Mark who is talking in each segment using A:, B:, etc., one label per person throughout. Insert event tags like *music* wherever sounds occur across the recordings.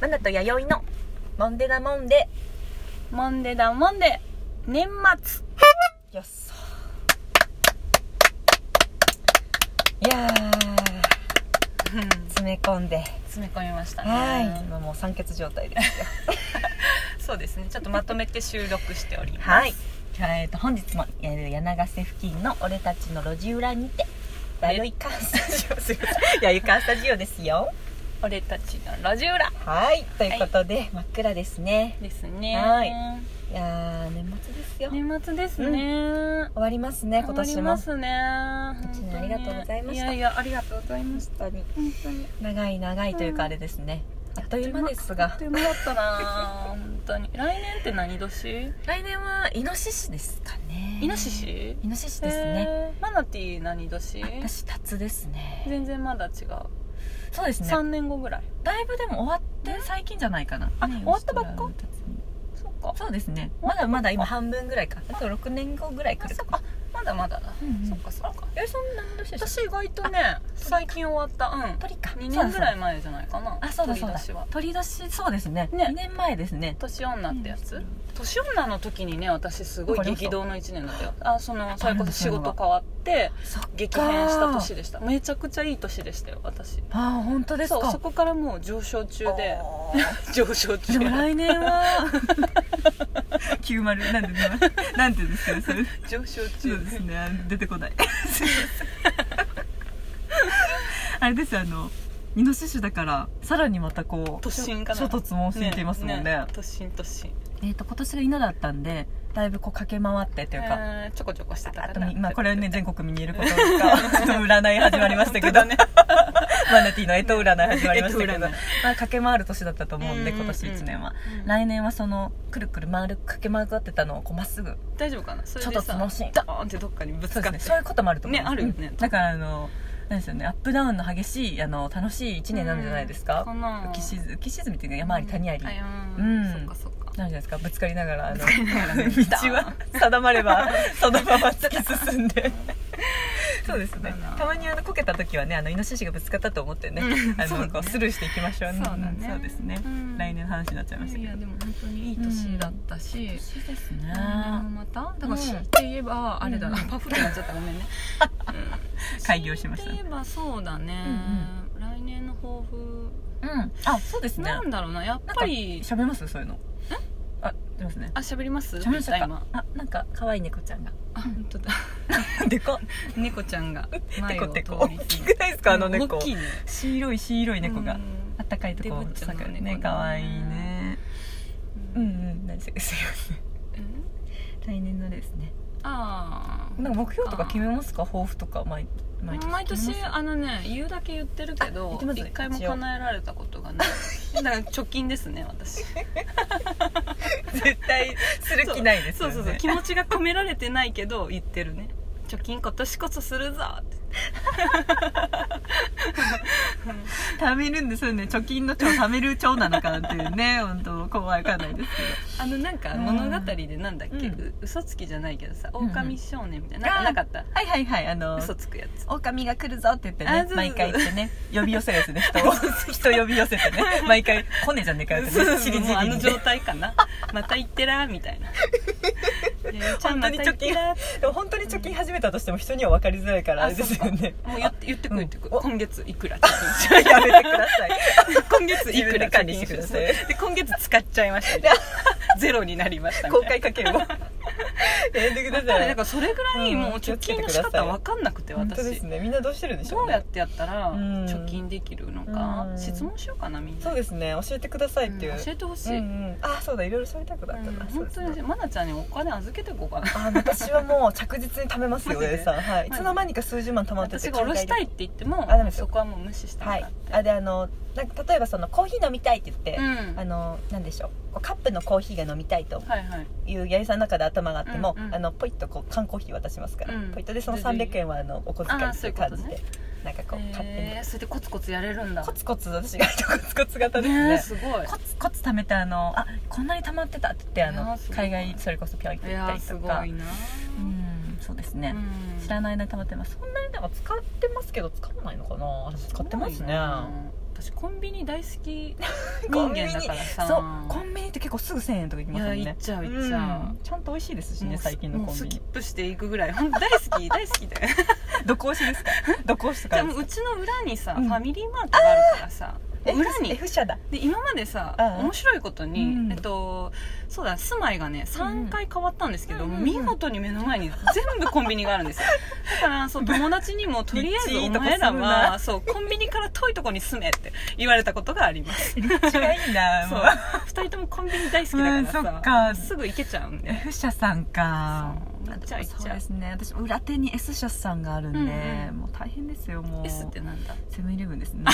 A: マナと弥生のモンデダモンデ
B: モンデだモンデ年末
A: よっそいやー詰め込んで
B: *laughs* 詰め込みましたね
A: はい今もう酸欠状態 *laughs* ですよ
B: そうですねちょっとまとめて収録しております
A: はい、えー、と本日も、えー柳瀬付近の俺たちの路地裏にて弥生カースタジオす *laughs* いません弥生カースタジオですよ
B: 俺たちの路地裏
A: はいということで、真っ暗ですね
B: ですね
A: はいいやー年末ですよ終
B: 年末ですね、
A: わりますね今
B: 終わり
A: 年
B: ま
A: も
B: すね
A: 今年も
B: 本当に
A: ありがとうございました
B: いやいやありがとうございました
A: 本当に
B: 本当に
A: 長い長いというかあれですね、あっという間ですが
B: あっという間だったな本当に来年って何年
A: 来年はイノシシですかね
B: イノシシ
A: イノシシですね、
B: えーマナティー何年
A: 私タツですね
B: 全然まだ違う
A: そうですね
B: 3年後ぐらい
A: だいぶでも終わって最近じゃないかな
B: あ
A: ね
B: 終わったばっか
A: ウシトラウタツに
B: そうか
A: そうですねまだまだ今半分ぐらいかあと6年後ぐらい来
B: あ
A: る
B: そ
A: か
B: っかまだまだだ、
A: うんうん
B: そっかそっか
A: えそんな何年で
B: 私意外とね最近終わったうん
A: 鳥か
B: 2年ぐらい
A: い
B: 前じゃないかな
A: あそうだそうだ
B: 私は
A: 鳥年そうですね
B: ね
A: 2年前ですね
B: 年女ってやつ年女の時にね私すごい
A: わかりました
B: 激動の1年だったよあそのそれこそ仕
A: そうなんだ
B: 事変わって
A: そっか
B: 激変した年でしためちゃくちゃいい年でしたよ私
A: ああ本当ですか
B: そうそこからもう上昇中で
A: あ
B: 上昇
A: ーで
B: 中
A: も来年
B: *laughs*
A: は *laughs* 90なんでなんて言うんですかそれ
B: 上昇
A: そう
B: 中
A: ですねあ出てこないすいませんあれですよあのイノシシだからさらにまたこう
B: 突進かな
A: 諸突猛進っていますもんね
B: 突進突進
A: えっ、と今年が犬だったんでだいぶこう駆け回ってというか、
B: えーちょこちょこしてた
A: あ
B: か
A: と
B: ら
A: 今これ
B: *laughs*
A: ね全国民にいることがちょっと占い始まりましたけど、
B: 本当
A: マナティーの干支占い始まりましたけど、
B: 干支占い
A: まあ、駆け回る年だったと思うんで
B: うんう
A: 今
B: んうん
A: 年1年は、
B: うん
A: 来年はそのくるくる回る駆け回ってたのをこうまっすぐ
B: 大丈夫かなそれ
A: ちょっ
B: で
A: と
B: さ
A: 楽しい
B: ダーンってどっかにぶ
A: そ
B: つ
A: う
B: か
A: で
B: っ
A: す
B: て
A: ねそういうこともあると思う
B: ねあるよね
A: うんだからあのなんですよねアップダウンの激しいあの楽しい1年なんじゃないですか、
B: かな
A: 浮き沈浮き沈みっていうか山あり谷あり、なんじ
B: あ
A: うん
B: うんそっかそっか
A: ゃないですかぶつかりながらあの
B: ぶつかりながらね
A: *laughs* 道は定まれ
B: *laughs*
A: ばそのまま突き進んでそうですねたまにあのこけた時はねあのイノシシがぶつかったと思ってね、
B: うん
A: あ
B: そう
A: の
B: だね
A: こうスルーしていきましょう
B: そうだね
A: んそうですね、
B: うん
A: 来年の話になっちゃいました
B: い
A: け
B: や
A: ど
B: でも本当にいい年だったし
A: 年ですね
B: 来年もまただから
A: うん
B: 知って言えばあれだな
A: うん
B: パフってなっちゃったごめんねうん
A: *laughs* 開業しました
B: 知って言えばそうだね来年の抱負
A: うんあそうですね
B: なんだろうなやっ
A: なんか
B: ぱり
A: 喋りますそういうのあ出ますね
B: あ喋ります
A: 喋りました
B: 言っ
A: か
B: た今
A: あなんか可愛い猫ち *laughs* ゃんが
B: あ本当だ
A: でかっ
B: 猫ちゃんが前を通
A: テ
B: り
A: コテコ大きくないですかあの猫
B: 大きいね
A: 白い白い猫が、
B: うん
A: あったかいとこ
B: デブちゃんの
A: 咲く
B: 猫
A: ね
B: ね
A: 可愛いね
B: う
A: うんん
B: うん
A: うん何ですかすいません来年のですね
B: ああ
A: なんか目標とか決めますか抱負とか毎毎年
B: 毎年
A: 決めます
B: あのね言うだけ言ってるけ
A: あ言
B: ど
A: ってます
B: 一回も叶えられたことがない
A: *laughs*
B: だから貯金ですね私
A: 絶対する気ないです
B: そ
A: よ
B: う
A: ね
B: そうそう気持ちが込められてないけど言ってるね貯金今年こそするぞって
A: 貯めるんですよね貯金の帳貯める帳なのかなっていうね本当怖いかんないですけ
B: あのなんか
A: うん
B: 物語でなんだっけ、
A: うん
B: う嘘つきじゃないけどさ
A: うんうん
B: 狼少年みたいななんかなかった
A: どはいはいはいあの
B: 嘘つくやつ
A: 狼が来るぞって言って
B: あ
A: ね
B: そうそう
A: 毎回言ってね呼び寄せるやつね人 *laughs* を人呼び寄せてね毎回「コネじゃねえかよ」ってねしりじ
B: もうあ
A: り
B: の
A: に
B: 状
A: ね
B: 態かなまた行ってらみ
A: *laughs*
B: たいないやちゃ
A: 本
B: ん
A: 当
B: ま
A: に
B: た
A: 貯
B: 行っ
A: 金
B: てら
A: でも本当に貯金始めたとしても人には分かりづらいからあれですよね
B: もう言って言ってく
A: うん
B: 言ってく、
A: お
B: 今月いくら貯金し
A: *laughs* やめてください
B: 今月い
A: 自
B: く
A: 分で
B: ら
A: 管
B: 貯金
A: 理
B: し
A: しててく
B: くだ
A: だ
B: さ
A: さ
B: い
A: い
B: で今月使っちゃいましたみたいなゼロになりましたみ
A: 公
B: たい
A: 開家計 *laughs* 簿やめてく
B: な
A: だ
B: だから
A: さ
B: だ
A: い
B: からそれぐらいもう貯金の仕方分かんなくて
A: 本当
B: 私、
A: ですねみんなどうしてるんでしょ
B: ど
A: う
B: うやっ
A: ね
B: てやったら
A: うん
B: 貯金できるのか、
A: うん
B: 質問しようかなみんな
A: そうですね教えてくださいっていう
B: うん教えてほし
A: うん
B: い、
A: うんあそうだいろいろ喋りたいことあった
B: うん
A: なそう
B: 本
A: です
B: 当
A: ね
B: にマナちゃんにお金預けてこうかな
A: あ私はもう着実に貯めますよ
B: マジで
A: 上さんはいいつの間にか数十万貯まってて
B: 私が下ろしたいって言っても
A: あダメですよ
B: そこはもう無視しても
A: は
B: らっ
A: い
B: て、、
A: あであのなんか例えばそのコーヒー飲みたいって言って、
B: うん
A: あのなんでしょうこうカップのコーヒーが飲みたいと
B: はいはい
A: いう八重さんの中で頭があっても、
B: うんうん
A: あのポイッとこう缶コーヒー渡しますから、
B: うん
A: ポイッとでその
B: 全然いい
A: 300円はあのお小遣い
B: あー
A: って
B: そう
A: い
B: いううこと
A: 感じで、
B: ね
A: なんかこう勝手に、
B: えー、それでコツコツやれるんだ
A: コツコツ私がコツコツ型ですね
B: ねえすごい
A: コツコツ貯めてあのあこんなに貯まってたって言ってあ
B: いや
A: の
B: ーすごい
A: 海外それこそピョンって
B: い
A: 行った
B: や
A: り
B: す
A: と
B: ご
A: か
B: いな
A: うんそうですね、
B: うん
A: 知らないな貯まってますそんなになんか使ってますけど使わないのかな使ってますね
B: すごいな私コンビニ大好き人間だからさ
A: そうコンビニって結構すぐ1000円とかいきますもんね
B: いや行っちゃう行っちゃうん
A: ちゃんと美味しいですしね
B: もう
A: 最近の
B: も
A: コ
B: う
A: ンビ
B: スキ
A: ニ
B: ップしていくぐらいほんと大好き大好
A: *laughs*
B: きで
A: どこ推しですかどこ推しと
B: じ
A: か
B: ゃあもううちの裏にさ、
A: うん
B: ファミリーマートがあるからさ裏
A: F-
B: に
A: F 社だ
B: で今までさ、
A: うん
B: 面白いことに、
A: うん
B: えっと、そうだ住まいがね3回変わったんですけど、
A: うんうん
B: もう見事に目の前に全部コンビニがあるんですよ *laughs* だからそう友達にもとりあえず
A: 立
B: お前ら
A: 地いいとこ住むな
B: はそうコンビニから遠いとこに住めって言われたことがありま
A: *laughs*
B: す
A: 立地がいいな
B: そう
A: もう
B: 2人ともコンビニ大好きだから
A: *laughs*
B: さ、
A: うんそっか
B: すぐ行けちゃうんで
A: F 社さんか
B: そう行っちゃう行っちゃう
A: そうですね私も裏手に S 社さんがあるんで、
B: うんうん
A: もう大変ですよもう
B: S ってなんだ
A: セブンイレブンですね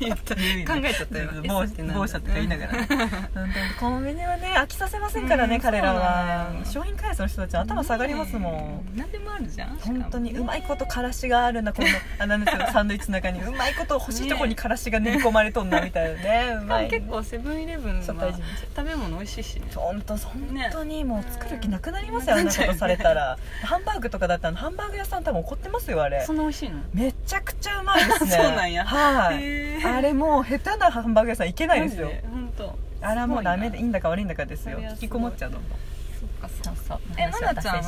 B: 言った *laughs* 考
A: 言うよね
B: えちゃったよ
A: 某
B: S ってなんだ
A: 某社とか言いなが
B: *laughs*
A: ら、ね、本当にコンビニはね飽きさせませんからね、
B: うん
A: 彼らは
B: そうなのよ
A: 商品開発の人たち頭下がりますもん、
B: ねえ何でもあるじゃん
A: 本当にうまいこと
B: か
A: からしがあるなこ
B: *laughs*
A: のあなんですよサンドイッチの中にうまいこと欲しいとこにからしが練り込まれとんなみたいなねう
B: も
A: ま
B: *laughs* ね
A: い
B: 結構セブンイレブンは
A: ちょ
B: 食
A: っと大事に
B: べ物美味しいしね
A: 本当本当にもう作る気なくなりますよ、
B: ね
A: あんなことされたら、ハンバーグとかだったらハンバーグ屋さん多分怒ってますよあれ
B: そんな美味しいの
A: めちゃくちゃうまいですね
B: *laughs* そうなんや
A: はい
B: へー
A: あれもう下手なハンバーグ屋さんいけないですよ
B: マジ本当
A: あらもうダメでいい
B: そ
A: んだか悪いんだかですよ
B: そりゃ
A: 引きこもっちゃうと思う
B: っかそっか
A: そう
B: え
A: 話
B: ま
A: は
B: なちゃんは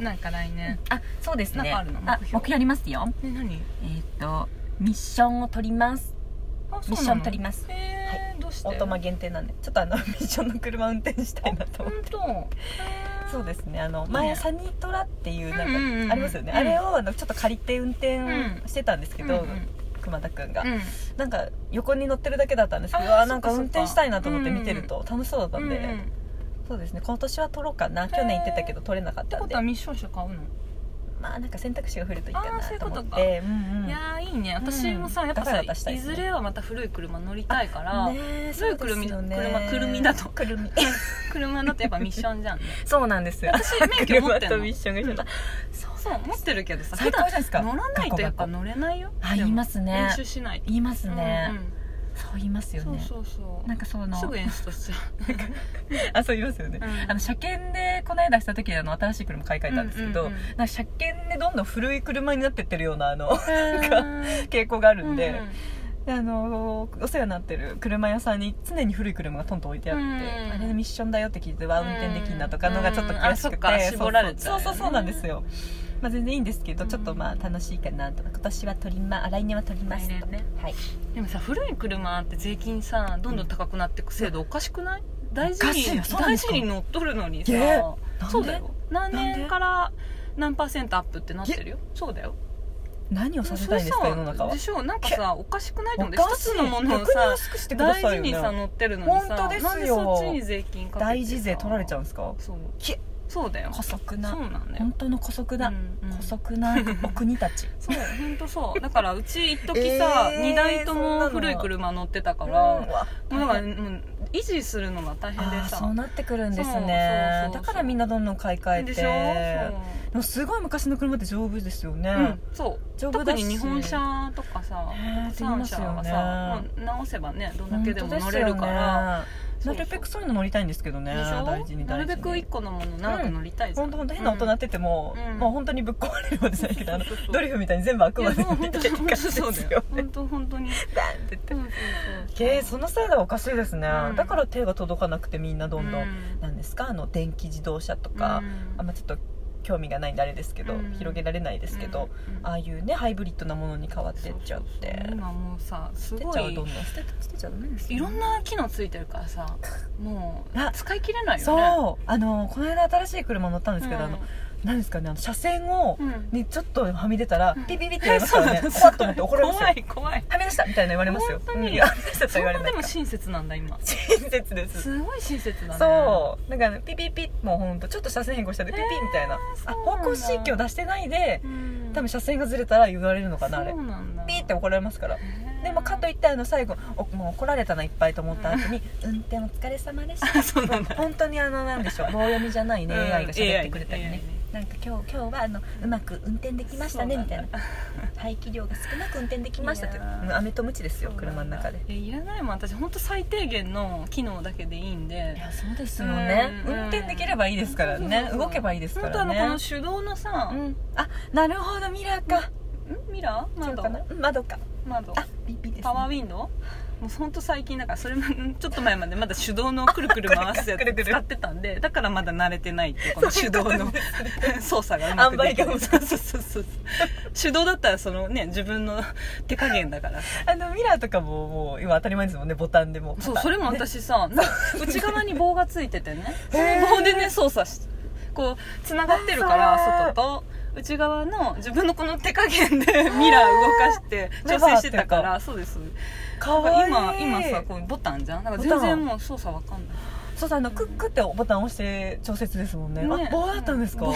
B: なんか来年
A: あそうです
B: なん
A: ね
B: かあるの目
A: あ
B: 標
A: 目標ありますよ
B: え何
A: えーっとミッションを取ります
B: あ
A: ミッション取ります
B: えどうして
A: オートマ限定なんでちょっと *laughs* あのミッションの車運転したいなと
B: 本
A: 思って
B: 当
A: そうですねあの
B: い
A: 前
B: ね
A: サニートラっていうなん
B: うんうんうんうん
A: かありますよねあれをあのちょっと借りて運転をしてたんですけど熊田くんがなんか横に乗ってるだけだったんですけど
B: あー
A: あーなんか
B: そっか
A: 運
B: そっか
A: 転したいなと思って見てると楽しそうだったん
B: うんうん
A: でそうですね今年は取ろうかな去年行ってたけど取れなかっ
B: って
A: た
B: こ
A: ん
B: と
A: で
B: はミッション車買うの
A: まあなんか選択肢が増えるといいか
B: あー
A: な
B: そういう
A: と
B: こ
A: 思
B: と
A: っ
B: か
A: てうんうん
B: いやーいいね私もさ
A: うん
B: やっぱ
A: ガ
B: さ
A: タガタしたい
B: い
A: ですね
B: ずれはまた古い車乗りたいから、
A: ねえ
B: 古い車
A: そうですよね
B: 車くるみだと
A: く
B: *laughs*
A: るみ
B: 車だとやっぱミッションじゃんね
A: そうなんですよ
B: 私免許持ってん
A: *laughs* 車
B: の
A: とミッションが一緒だ
B: そうそう持ってるけど
A: *laughs*
B: さ
A: 最
B: 普
A: 高じゃな
B: 段
A: いですか
B: 乗らないとやっぱ乗れないよ
A: あ
B: でも
A: 言いますね
B: 練習しないと
A: 言いますね、
B: うんうん
A: そう言いますよね
B: そうそうそう
A: なんかその
B: すぐ演出とし
A: *laughs*
B: ちゃ
A: あそう言いますよね、
B: うん
A: あの車検でこの間した時にあの新しい車買い替えたんですけど、
B: うんうんうん
A: なんか車検でどんどん古い車になってってるようなあの *laughs*
B: うへ
A: 傾向がある
B: ー
A: んで,で、あのお世話になってる車屋さんに常に古い車がトントン置いてあって、
B: うん
A: あれでミッションだよって聞いてわ運転できんなとかのがちょっと
B: うんあ
A: 悔し
B: そっ
A: く
B: か
A: て、
B: 絞られちゃうよね
A: そうそうそうそうなんですよ、まあ、全然いいんですけど、
B: うん
A: ちょっとまあ楽しいかなと今年は取りま来年は取りますと
B: 来年ね
A: はい
B: でもさ古い車って税金さどんどん高くなってく制度おかしくない大事
A: おかしい
B: に
A: よそうなんで
B: 大
A: す
B: 事
A: か
B: に乗っとるのにさ
A: えなんで
B: そうだよ何
A: なんで
B: 年から何パーセントアップってなってるよそうだよ
A: 何をさせたいんですか世の中は
B: でしょうなんかさおかしくないと
A: お
B: 思うんで
A: か
B: 一
A: しい
B: つのものを
A: 逆に
B: さ
A: 安くしてください
B: 大事
A: よ、
B: に
A: ね、
B: さ乗ってるのにさ
A: 本当ですよ
B: なんでそっちに税金かけてさ
A: 大事税取られちゃうんですか
B: そう
A: き
B: そうだよ
A: 姑息な
B: そうなんだよ
A: 本当の姑息だ、
B: うんうん
A: 姑息なお国た
B: *laughs*
A: ち
B: そう本当そうだからうち一
A: *laughs*
B: 時さ、
A: えー
B: 2台と
A: そんな
B: も
A: の
B: 古い車乗ってたか
A: うん
B: ら、
A: わ
B: もうだからもう維持するのが大変で
A: あー
B: さ
A: そうなってくるんですね
B: そうそうそうそう
A: だからみんなどんどん買い替えて
B: でしょ
A: でもすごい昔の車って丈夫ですよね、
B: そう、うん、そう
A: 丈夫
B: 特
A: だし
B: に日本車とかさ
A: ねえ
B: 三車はさ
A: って言いますよね、
B: もう直せばねどんだ
A: 本
B: け
A: 当
B: で
A: で
B: も
A: すよ
B: 乗
A: ね
B: れるから
A: なるべくそういうの乗りたいんですけどね
B: でしょ
A: 大事に
B: な
A: 大事に
B: るべく一個のもの長く乗りたいじゃん、
A: 本当本当変な音鳴ってても、
B: うん
A: もう本当にぶっ壊れるわけじゃないけどあの
B: そうそうそ
A: *laughs*
B: う
A: ドリフみたいに全部悪
B: い
A: 魔
B: や
A: で
B: そ
A: 出
B: う本
A: て
B: 当
A: きてる
B: 本
A: 感
B: 当
A: じです
B: そうだ
A: よ
B: よ本当本当
A: *laughs*
B: に
A: ダンって言って
B: そうそうそう
A: えーその制度はおかしいですね、
B: うん
A: だから手が届かなくてみんなどんどん、
B: う
A: なんですかあの電気自動車とか、
B: うん
A: あんまちょっと興味がないんであれですけど、
B: うん
A: 広げられないですけど、
B: うんうん
A: ああいうねハイブリッドなものに変わってっちゃっ
B: そうそう
A: て
B: そう今もうさす
A: 捨て
B: ご
A: ちゃう
B: い
A: どんどん捨て捨てちゃダメです
B: いろん
A: な
B: な機能ついてるからさもう
A: あ
B: 使い切れないよね
A: そうあのこの間新しい車乗ったんですけど、あの何ですかねあの車線を、
B: うんうん
A: にちょっとはみ出たら
B: うん
A: ピピピって言われますか
B: *laughs* そう
A: らね
B: なの
A: 怖っと思って怒
B: *laughs*
A: られますよ
B: 怖い怖い
A: はみ出したみたいな言われますよ
B: 本当に
A: うんいやはみ出したと
B: そ
A: 言
B: ん
A: われ
B: な
A: な
B: で
A: いか
B: も親切なんだ今
A: 親切です
B: すごい親切だね
A: そうなんかねピピピもうほんとちょっと車線変更したんでピピみたいな、あ
B: そうなんだ
A: 方向指示器を出してないで
B: うん
A: 多分車線がずれたら言われるのかなあれ
B: そうなんだ
A: ピーって怒られますからでもかとい
B: っ
A: ってあの最後おもう怒られたないっぱいと思った後に「運転お疲れ様でした
B: てそうなんだ」
A: 本当にあのなんでしょう棒読みじゃないね
B: うん
A: AI が喋ってくれたり
B: AI
A: ねなんか今日今日はあのうまく運転できましたね
B: そうな
A: み
B: ん
A: た
B: だ
A: いな排気量が少なく運転できましたって
B: いやー
A: うん飴とムチですよ車の中で
B: えいらないもん私本当最低限の機能だけでいいんで
A: いやそうですよね
B: うんうん
A: 運転できればいいですからね動けばいいですから
B: 本当あのこ
A: ね
B: の手動のさ
A: うんあなるほどミラーか
B: んミラー
A: 違う
B: 窓
A: かなうん窓か
B: 窓
A: ピッピッです、ね、
B: パ
A: *laughs*
B: ワーウィンドウもうほんと最近だからそれもちょっと前までまだ手動のくる *laughs* くる回すや
A: くるく
B: つ
A: る
B: 使ってたんでだからまだ慣れてないっていうこの手動の操作がうまくでき
A: 塩梅が
B: る *laughs* そうそうそうそう手動だったらそのね自分の手加減だから
A: あのミラーとかももう今当たり前ですもんねボタンでも
B: そうそれも私 *laughs* さ、内側に棒がついててね *laughs* そ
A: へー
B: の棒でね操作しこうつながってるか
A: あ
B: ら
A: ー
B: 外と内側の自分のこの手加減で *laughs* ミラー動かして調整してたからそうです
A: か
B: だか
A: わ
B: ら
A: いい
B: 今今さこうボタンじゃんだから全然もう操作わかんない
A: そうさあのクックってボタン押して調節ですもんね
B: ね
A: あ棒だったんですか
B: 棒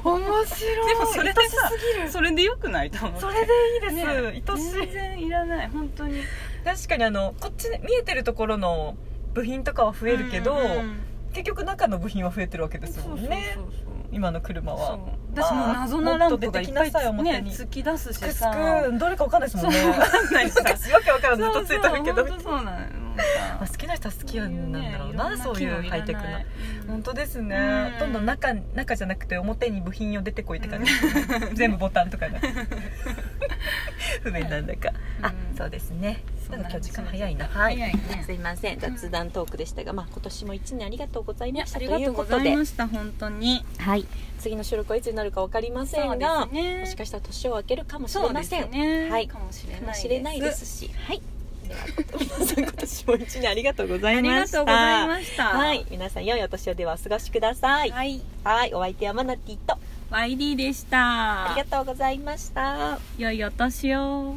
A: *laughs*
B: 棒
A: 面白
B: でもそれで
A: 愛し
B: さ
A: すぎる
B: それでよくないと思う
A: それでいい
B: ね
A: です、愛しい
B: 全然いらない本当に
A: 確かにあのこっち見えてるところの部品とかは増えるけど、
B: うんうん
A: 結局中の部品は増えてるわけですもんね
B: そうそうそう
A: 今の車
B: そう
A: は
B: 私もう謎なランプがいっぱ
A: もっと出て
B: い
A: きなさい表
B: ね
A: に
B: 突き出すし
A: くす
B: さ
A: くんどれかわかんないですもんね
B: そうわかんないさ
A: 昔わけわからんずっとついてるけど
B: そうそうそうなのよもう
A: まあ、
B: さ
A: 好きな人は好きなんだろうなそういうハイテクな本
B: 当
A: 当ですね
B: うん
A: どんどん中中じゃなくて表に部品を出てこいって感じ、全部ボタンとか
B: *laughs*
A: ね不便なんだか、あ
B: うん
A: そうですね
B: そう
A: なん
B: な
A: か今
B: んです
A: 日時間早いなはい
B: 早いね
A: すいません雑談トークでしたが、まあ、今年も一年ありがとうございましたと
B: ありが
A: い
B: と
A: う
B: う
A: こ
B: ご
A: と
B: ざい
A: で
B: ました本当に
A: はい、次の収録はいつになるかわかりませんが、
B: そうですね
A: もしかしたら年を明けるかもし
B: そ
A: れ
B: う
A: ま
B: で
A: せん
B: すね
A: はい
B: かもしれ
A: か
B: な
A: も
B: い
A: しれないですしはいでは皆さん今年も一年ありがとうござ
B: あ
A: い
B: り
A: ま
B: が
A: し
B: と
A: た
B: うございました
A: はい皆さん良いお年をではお過ごしくださいはい、
B: はい
A: お相手はマナティと
B: YD でし
A: あ
B: た
A: りがとうございました
B: 良いお年を